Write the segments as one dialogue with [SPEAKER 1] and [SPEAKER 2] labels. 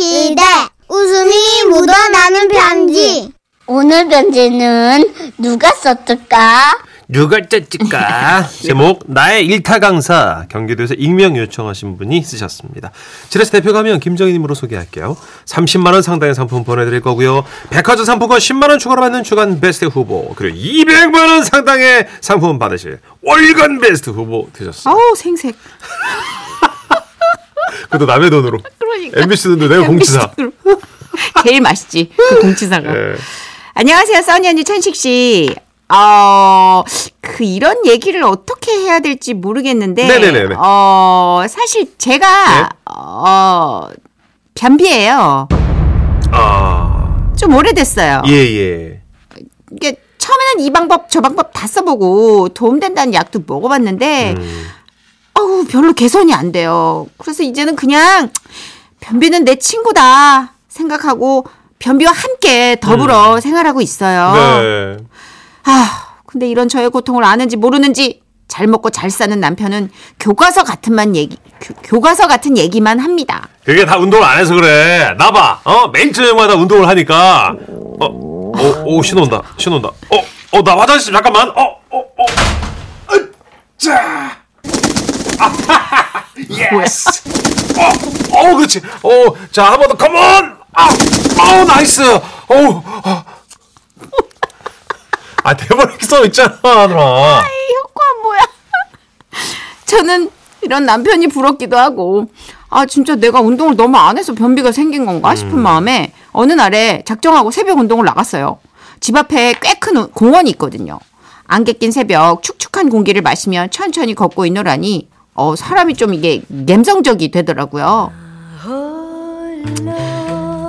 [SPEAKER 1] 이대 웃음이 묻어나는 편지
[SPEAKER 2] 오늘 편지는 누가 썼을까?
[SPEAKER 3] 누가 짰을까? 제목 나의 일타 강사 경기도에서 익명 요청하신 분이 쓰셨습니다. 지라시 대표 가면 김정희님으로 소개할게요. 30만 원 상당의 상품 보내드릴 거고요. 백화점 상품권 10만 원 추가로 받는 주간 베스트 후보 그리고 200만 원 상당의 상품 받으실 월간 베스트 후보 되셨어요.
[SPEAKER 4] 아우 생색.
[SPEAKER 3] 그것도 남의 돈으로.
[SPEAKER 4] 그러니까.
[SPEAKER 3] MBC 돈도 내가 공치사.
[SPEAKER 4] 제일 맛있지. 그 공치사가.
[SPEAKER 3] 예.
[SPEAKER 4] 안녕하세요, 써니 언니 천식 씨. 어, 그 이런 얘기를 어떻게 해야 될지 모르겠는데,
[SPEAKER 3] 네네네네.
[SPEAKER 4] 어 사실 제가
[SPEAKER 3] 네.
[SPEAKER 4] 어 변비예요.
[SPEAKER 3] 아
[SPEAKER 4] 좀 오래됐어요.
[SPEAKER 3] 예예.
[SPEAKER 4] 이게 처음에는 이 방법 저 방법 다 써보고 도움된다는 약도 먹어봤는데, 어우 별로 개선이 안 돼요. 그래서 이제는 그냥 변비는 내 친구다 생각하고 변비와 함께 더불어 생활하고 있어요.
[SPEAKER 3] 네.
[SPEAKER 4] 아, 근데 이런 저의 고통을 아는지 모르는지 잘 먹고 잘 사는 남편은 교과서 같은만 얘기 교, 교과서 같은 얘기만 합니다.
[SPEAKER 3] 그게 다 운동을 안 해서 그래. 나봐. 어? 매일 저녁마다 운동을 하니까. 어, 어, 오, 신온다. 신온다. 어, 어, 나 화장실 잠깐만. 어, 어, 어. 으짜. 아, 예스. 어, 어, 그렇지. 어, 자, 한 번 더. 컴온. 아, 어, 나이스. 어, 아. 아, 대박 이렇게 써 있잖아, 누나.
[SPEAKER 4] 이 효과 뭐야? 저는 이런 남편이 부럽기도 하고 아 진짜 내가 운동을 너무 안 해서 변비가 생긴 건가 싶은 마음에 어느 날에 작정하고 새벽 운동을 나갔어요. 집 앞에 꽤 큰 공원이 있거든요. 안개 낀 새벽 축축한 공기를 마시며 천천히 걷고 있노라니 어 사람이 좀 이게 갬성적이 되더라고요.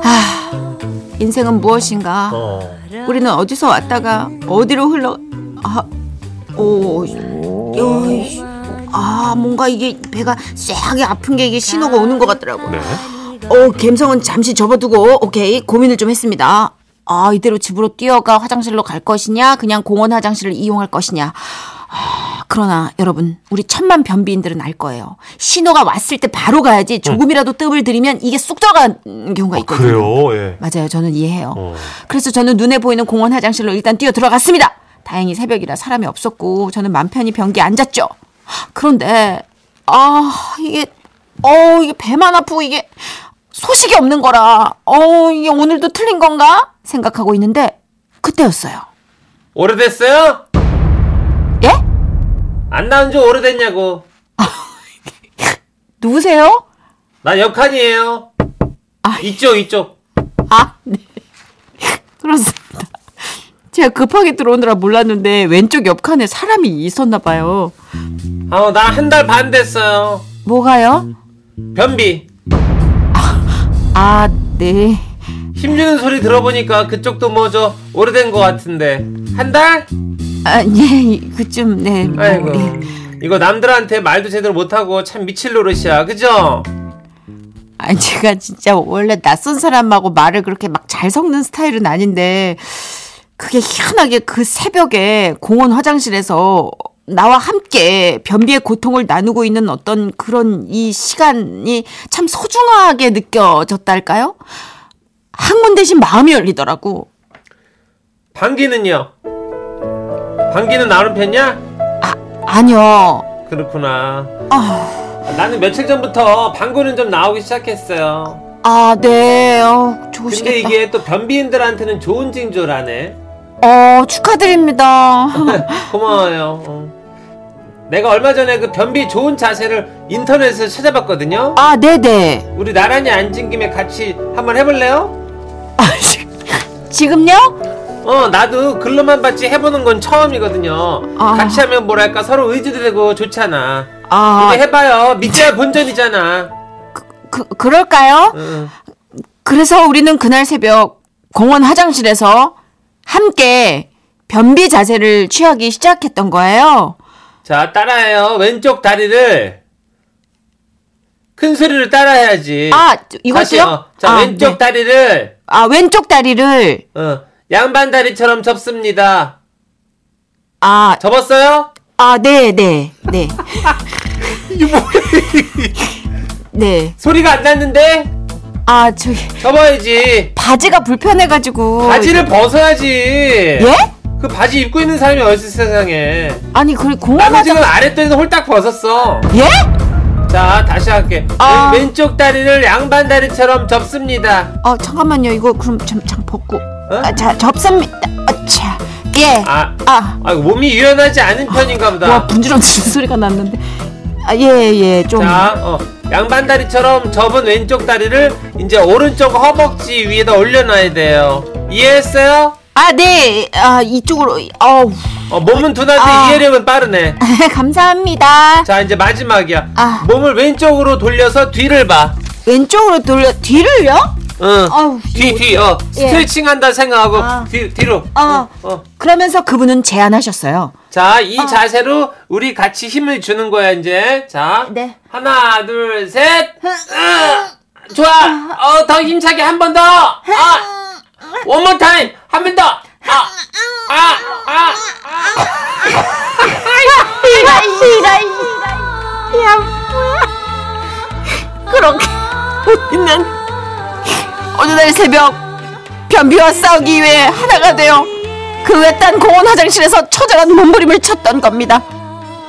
[SPEAKER 4] 아 인생은 무엇인가?
[SPEAKER 3] 어.
[SPEAKER 4] 우리는 어디서 왔다가 어디로 흘러 아, 오, 요이씨. 아 뭔가 이게 배가 쎄하게 아픈 게 이게 신호가 오는 것 같더라고.
[SPEAKER 3] 네.
[SPEAKER 4] 어 감성은 잠시 접어두고 오케이 고민을 좀 했습니다. 아 이대로 집으로 뛰어가 화장실로 갈 것이냐 그냥 공원 화장실을 이용할 것이냐. 아, 그러나 여러분 우리 천만 변비인들은 알 거예요. 신호가 왔을 때 바로 가야지 조금이라도 뜸을 들이면 이게 쑥 들어가는 경우가 있거든요.
[SPEAKER 3] 그래요. 예.
[SPEAKER 4] 맞아요. 저는 이해해요.
[SPEAKER 3] 어.
[SPEAKER 4] 그래서 저는 눈에 보이는 공원 화장실로 일단 뛰어 들어갔습니다. 다행히 새벽이라 사람이 없었고 저는 맘 편히 변기에 앉았죠. 그런데 아 이게 어 이게 배만 아프고 이게 소식이 없는 거라 어 이게 오늘도 틀린 건가 생각하고 있는데 그때였어요.
[SPEAKER 5] 오래됐어요?
[SPEAKER 4] 예?
[SPEAKER 5] 안 나온 지 오래됐냐고.
[SPEAKER 4] 누구세요?
[SPEAKER 5] 난 역한이에요. 이쪽, 이쪽.
[SPEAKER 4] 아, 네. 그렇습니다. 제가 급하게 들어오느라 몰랐는데 왼쪽 옆칸에 사람이 있었나 봐요.
[SPEAKER 5] 어, 나 한 달 반 됐어요.
[SPEAKER 4] 뭐가요?
[SPEAKER 5] 변비.
[SPEAKER 4] 아, 네.
[SPEAKER 5] 힘주는 소리 들어보니까 그쪽도 뭐죠? 오래된 것 같은데. 한 달?
[SPEAKER 4] 아, 예, 그쯤, 네. 뭐,
[SPEAKER 5] 음. 아이고.
[SPEAKER 4] 예.
[SPEAKER 5] 이거 남들한테 말도 제대로 못하고 참 미칠 노릇이야. 그죠?
[SPEAKER 4] 아니, 제가 진짜 원래 낯선 사람하고 말을 그렇게 막 잘 섞는 스타일은 아닌데, 그게 희한하게 그 새벽에 공원 화장실에서 나와 함께 변비의 고통을 나누고 있는 어떤 그런 이 시간이 참 소중하게 느껴졌달까요? 학문 대신 마음이 열리더라고.
[SPEAKER 5] 방귀는요? 방귀는 나오는 편이야?
[SPEAKER 4] 아니요.
[SPEAKER 5] 그렇구나.
[SPEAKER 4] 아.
[SPEAKER 5] 나는 며칠 전부터 방귀는 좀 나오기 시작했어요.
[SPEAKER 4] 아, 네. 어, 좋으시겠다.
[SPEAKER 5] 근데 이게 또 변비인들한테는 좋은 징조라네.
[SPEAKER 4] 어, 축하드립니다.
[SPEAKER 5] 고마워요. 어. 내가 얼마 전에 그 변비 좋은 자세를 인터넷에서 찾아봤거든요.
[SPEAKER 4] 아, 네네.
[SPEAKER 5] 우리 나란히 앉은 김에 같이 한번 해볼래요?
[SPEAKER 4] 아, 지- 지금요?
[SPEAKER 5] 어, 나도 글로만 봤지 해보는 건 처음이거든요.
[SPEAKER 4] 아.
[SPEAKER 5] 같이 하면 뭐랄까 서로 의지도 되고 좋잖아.
[SPEAKER 4] 아,
[SPEAKER 5] 이제 해봐요. 밑에야 본전이잖아.
[SPEAKER 4] 그, 그럴까요?
[SPEAKER 5] 응.
[SPEAKER 4] 그래서 우리는 그날 새벽 공원 화장실에서 함께 변비 자세를 취하기 시작했던 거예요.
[SPEAKER 5] 자, 따라해요. 왼쪽 다리를 큰 소리로 따라해야지.
[SPEAKER 4] 아,
[SPEAKER 5] 다시,
[SPEAKER 4] 이것도요?
[SPEAKER 5] 어. 자,
[SPEAKER 4] 아,
[SPEAKER 5] 왼쪽
[SPEAKER 4] 네.
[SPEAKER 5] 다리를
[SPEAKER 4] 아, 왼쪽 다리를.
[SPEAKER 5] 어, 양반 다리처럼 접습니다.
[SPEAKER 4] 아,
[SPEAKER 5] 접었어요?
[SPEAKER 4] 아, 네, 네, 네. 네.
[SPEAKER 5] 소리가 안 났는데?
[SPEAKER 4] 아 저기
[SPEAKER 5] 접어야지.
[SPEAKER 4] 바지가 불편해가지고
[SPEAKER 5] 바지를 벗어야지.
[SPEAKER 4] 예?
[SPEAKER 5] 그 바지 입고 있는 사람이 어디 있어 세상에.
[SPEAKER 4] 아니 그 공원
[SPEAKER 5] 나는 지금
[SPEAKER 4] 화장
[SPEAKER 5] 아랫도에서 홀딱 벗었어.
[SPEAKER 4] 예?
[SPEAKER 5] 자, 다시 할게.
[SPEAKER 4] 아.
[SPEAKER 5] 왼, 쪽 다리를 양반 다리처럼 접습니다.
[SPEAKER 4] 어 잠깐만요 이거 그럼 잠깐 벗고
[SPEAKER 5] 어?
[SPEAKER 4] 아, 자 접습니다 아차
[SPEAKER 5] 아,
[SPEAKER 4] 예아와
[SPEAKER 5] 아, 몸이 유연하지 않은 편인가 보다.
[SPEAKER 4] 분주렁치는 소리가 났는데 아예예좀
[SPEAKER 5] 자, 어, 양반 다리처럼 접은 왼쪽 다리를 이제 오른쪽 허벅지 위에다 올려놔야 돼요. 이해했어요?
[SPEAKER 4] 아, 네. 아, 이쪽으로. 어우.
[SPEAKER 5] 어, 몸은 둔한데
[SPEAKER 4] 아.
[SPEAKER 5] 이해력은 빠르네.
[SPEAKER 4] 감사합니다.
[SPEAKER 5] 자, 이제 마지막이야.
[SPEAKER 4] 아.
[SPEAKER 5] 몸을 왼쪽으로 돌려서 뒤를 봐.
[SPEAKER 4] 왼쪽으로 돌려 뒤를요?
[SPEAKER 5] 응.
[SPEAKER 4] 어우, 예. 아.
[SPEAKER 5] 뒤, 뒤, 어. 스트레칭 한다 생각하고 뒤, 뒤로.
[SPEAKER 4] 어.
[SPEAKER 5] 어. 어.
[SPEAKER 4] 그러면서 그분은 제안하셨어요.
[SPEAKER 5] 자, 이 자세로 우리 같이 힘을 주는 거야, 이제. 자.
[SPEAKER 4] 네.
[SPEAKER 5] 하나, 둘, 셋. 으, 좋아. 어, 더 힘차게 한 번 더. 아. 원more 타임. 한 번 더. 아. 아. 아. 아.
[SPEAKER 4] 아, 그렇게 있는 어느 날 새벽 변비와 싸우기 위해 하나가 되어 그 외딴 공원 화장실에서 처절한 몸부림을 쳤던 겁니다.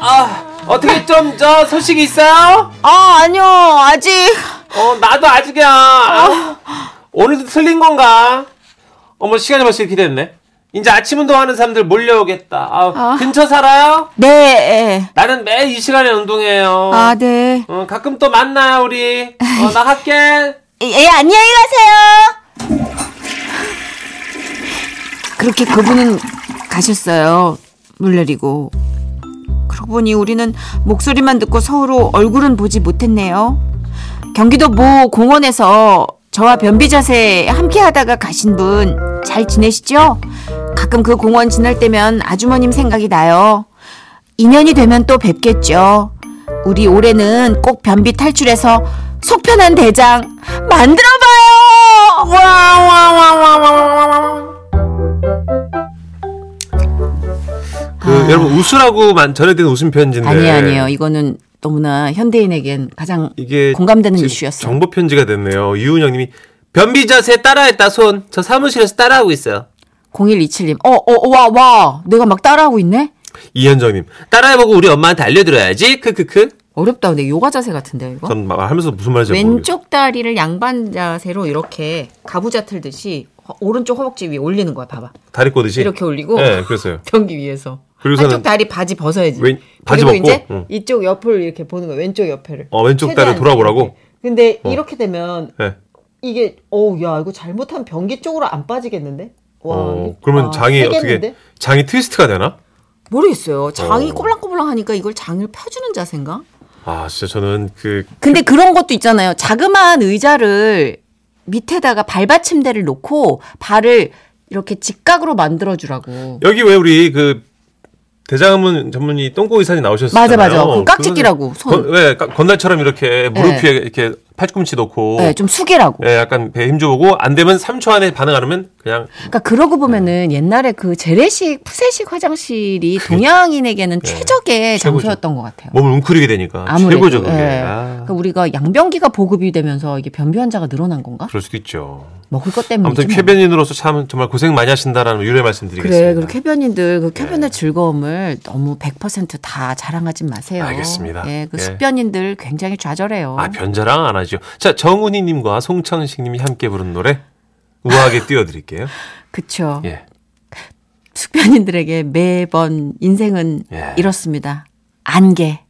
[SPEAKER 5] 아. 어떻게 좀 저 소식이 있어요?
[SPEAKER 4] 아, 아니요. 아직
[SPEAKER 5] 어, 나도 아직이야. 오늘도 틀린 건가? 어머, 시간이 벌써 이렇게 됐네. 이제 아침 운동하는 사람들 몰려오겠다. 아우, 근처 살아요?
[SPEAKER 4] 네.
[SPEAKER 5] 나는 매일 이 시간에 운동해요.
[SPEAKER 4] 아, 네.
[SPEAKER 5] 어, 가끔 또 만나요, 우리. 어, 나 할게.
[SPEAKER 4] 예, 안녕히 가세요. 그렇게 그분은 가셨어요. 물 내리고. 그러고 보니 우리는 목소리만 듣고 서로 얼굴은 보지 못했네요. 경기도 모 공원에서 저와 변비 자세 함께 하다가 가신 분 잘 지내시죠? 가끔 그 공원 지날 때면 아주머님 생각이 나요. 인연이 되면 또 뵙겠죠. 우리 올해는 꼭 변비 탈출해서 속편한 대장 만들어봐요!
[SPEAKER 3] 그 여러분 웃으라고만 전해드린 웃음 편지인데
[SPEAKER 4] 아. 아니 아니에요. 이거는 너무나 현대인에겐 가장
[SPEAKER 3] 이게
[SPEAKER 4] 공감되는
[SPEAKER 3] 지금
[SPEAKER 4] 이슈였어요.
[SPEAKER 3] 정보 편지가 됐네요. 이은영님이
[SPEAKER 5] 변비 자세 따라했다, 손. 저 사무실에서 따라하고 있어요.
[SPEAKER 4] 0127님. 어, 어, 와, 와. 내가 막 따라하고 있네?
[SPEAKER 3] 이현정님
[SPEAKER 5] 따라해보고 우리 엄마한테 알려드려야지. 크크크.
[SPEAKER 4] 어렵다. 근데 요가 자세 같은데, 이거?
[SPEAKER 3] 전 말하면서 무슨 말인지 모르겠어요.
[SPEAKER 4] 뭐? 왼쪽 다리를 양반 자세로 이렇게 가부좌 틀듯이 허- 오른쪽 허벅지 위에 올리는 거야. 봐봐.
[SPEAKER 3] 다리 꼬듯이
[SPEAKER 4] 이렇게 올리고.
[SPEAKER 3] 네, 그랬어요.
[SPEAKER 4] 변기 위에서.
[SPEAKER 3] 그리고서는
[SPEAKER 4] 한쪽 다리 바지 벗어야지.
[SPEAKER 3] 왼- 바지
[SPEAKER 4] 그리고
[SPEAKER 3] 벗고,
[SPEAKER 4] 이제
[SPEAKER 3] 응.
[SPEAKER 4] 이쪽 옆을 이렇게 보는 거야. 왼쪽 옆에를.
[SPEAKER 3] 어, 왼쪽 다리
[SPEAKER 4] 최대한
[SPEAKER 3] 돌아보라고? 어.
[SPEAKER 4] 이렇게. 근데 이렇게 되면
[SPEAKER 3] 네.
[SPEAKER 4] 이게 어우 야 이거 잘못하면 변기 쪽으로 안 빠지겠는데? 와.
[SPEAKER 3] 어,
[SPEAKER 4] 이거-
[SPEAKER 3] 그러면
[SPEAKER 4] 아,
[SPEAKER 3] 장이
[SPEAKER 4] 세겠는데?
[SPEAKER 3] 어떻게 장이 트위스트가 되나?
[SPEAKER 4] 모르겠어요. 장이 꼬불랑꼬불랑 하니까 이걸 장을 펴주는 자세인가?
[SPEAKER 3] 아 진짜 저는 그
[SPEAKER 4] 근데 그런 것도 있잖아요. 자그마한 의자를 밑에다가 발받침대를 놓고 발을 이렇게 직각으로 만들어 주라고.
[SPEAKER 3] 여기 왜 우리 그 대장문 전문의 똥꼬 의사님 나오셨잖아요.
[SPEAKER 4] 맞아, 맞아. 그럼 깍지 끼라고, 손.
[SPEAKER 3] 건, 왜 까- 건날처럼 이렇게 무릎
[SPEAKER 4] 네.
[SPEAKER 3] 위에 이렇게 팔꿈치 놓고
[SPEAKER 4] 네, 좀 숙이라고.
[SPEAKER 3] 예, 약간 배에 힘줘보고 안 되면 3초 안에 반응 안 하면 그냥
[SPEAKER 6] 그러니까 그러고 보면은 옛날에 그 재래식 푸세식 화장실이 동양인에게는 최적의
[SPEAKER 3] 네. 최고죠.
[SPEAKER 6] 장소였던 것 같아요.
[SPEAKER 3] 몸을 웅크리게 되니까
[SPEAKER 6] 아무래도
[SPEAKER 3] 최고죠 그게.
[SPEAKER 6] 예.
[SPEAKER 3] 아,
[SPEAKER 6] 그러니까 우리가 양변기가 보급이 되면서 이게 변비 환자가 늘어난 건가?
[SPEAKER 3] 그럴 수도 있죠.
[SPEAKER 6] 먹을 것 때문에.
[SPEAKER 3] 아무튼 쾌변인으로서 참 정말 고생 많이 하신다라는 유례 말씀드리겠습니다.
[SPEAKER 6] 그래,
[SPEAKER 3] 네.
[SPEAKER 6] 그리고 쾌변인들 그 쾌변의 즐거움을 너무 100%다 자랑하진 마세요.
[SPEAKER 3] 알겠습니다.
[SPEAKER 6] 예, 그
[SPEAKER 3] 예.
[SPEAKER 6] 숙변인들 굉장히 좌절해요.
[SPEAKER 3] 아 변자랑 안 하죠. 자 정은희님과 송창식님이 함께 부른 노래 우아하게 띄워드릴게요.
[SPEAKER 6] 그쵸.
[SPEAKER 3] 예.
[SPEAKER 6] 숙변인들에게 매번 인생은
[SPEAKER 3] 예.
[SPEAKER 6] 이렇습니다. 안개,